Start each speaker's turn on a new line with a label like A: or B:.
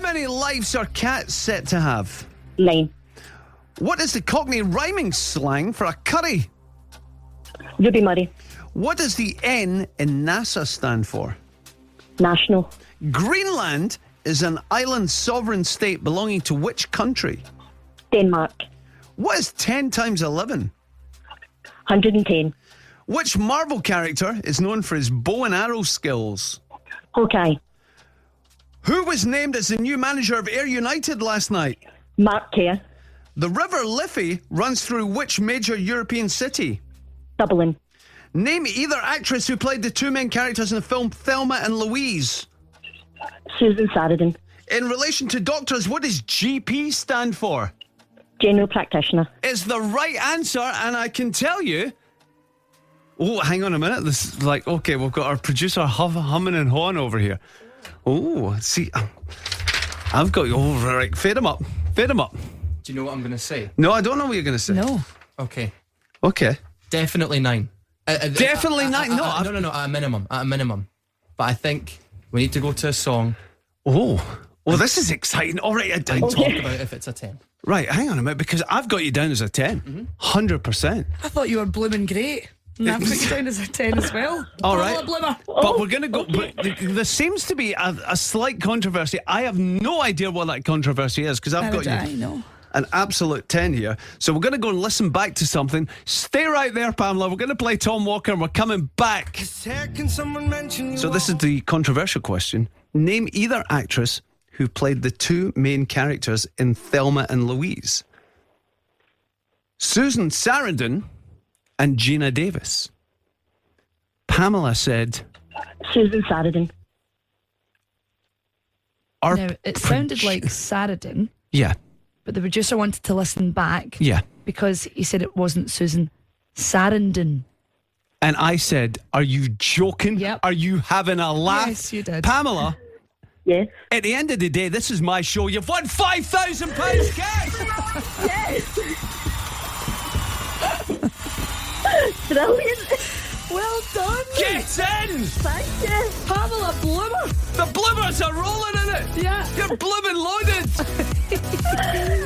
A: many lives are cats set to have?
B: Nine.
A: What is the Cockney rhyming slang for a curry?
B: Ruby Murray.
A: What does the N in NASA stand for?
B: National.
A: Greenland is an island sovereign state belonging to which country?
B: Denmark.
A: What is 10 times 11?
B: 110.
A: Which Marvel character is known for his bow and arrow skills?
B: Hawkeye.
A: Who was named as the new manager of Air United last night?
B: Mark Kerr.
A: The River Liffey runs through which major European city?
B: Dublin.
A: Name either actress who played the two main characters in the film Thelma and Louise.
B: Susan Sarandon.
A: In relation to doctors, what does GP stand for?
B: General practitioner.
A: It's the right answer, and I can tell you. Oh, hang on a minute. This is like, okay, we've got our producer huff, humming and hawing over here. Oh, see, I've got you. Oh, right. Fade him up. Fade him up.
C: Do you know what I'm going to say?
A: No, I don't know what you're going to say.
D: No.
C: Okay.
A: Okay.
C: Definitely nine. Uh, uh,
A: Definitely
C: uh, uh,
A: nine.
C: uh,
A: No,
C: uh,
A: I've-
C: no, no, no. At a minimum. At a minimum. But I think we need to go to a song
A: Oh, well, this is exciting. All right. I, I,
C: and talk about if it's a ten.
A: Right. Hang on a minute, because I've got you down as a 10. 100%.
D: I thought you were blooming great. And I put you down as a 10 as well.
A: All
D: Blah,
A: right.
D: blah, blah, blah.
A: But we're going to go. But th- there seems to be a, a slight controversy. I have no idea what that controversy is because I've
D: How
A: got
D: did
A: you.
D: I know?
A: an absolute 10 here. So we're going to go and listen back to something. Stay right there, Pamela. We're going to play Tom Walker and we're coming back. So, this is the controversial question. Name either actress who played the two main characters in Thelma and Louise Susan Sarandon and Gina Davis. Pamela said,
B: Susan Sarandon.
A: our
D: Now, it
A: produ-
D: sounded like Saradin,
A: Yeah,
D: but the producer wanted to listen back
A: yeah.
D: because he said it wasn't Susan Sarandon.
A: And I said, Are you joking?
D: Yep.
A: Are you having a laugh?
D: Yes, you did.
A: Pamela,
B: Yes.
A: at the end of the day, this is my show. You've won £5,000 cash.
B: Brilliant.
D: Well done,
A: Get in.
B: Thank you.
D: Pamela Bloomer.
A: The bloomers are rolling in it.
D: Yeah.
A: You're blooming loaded.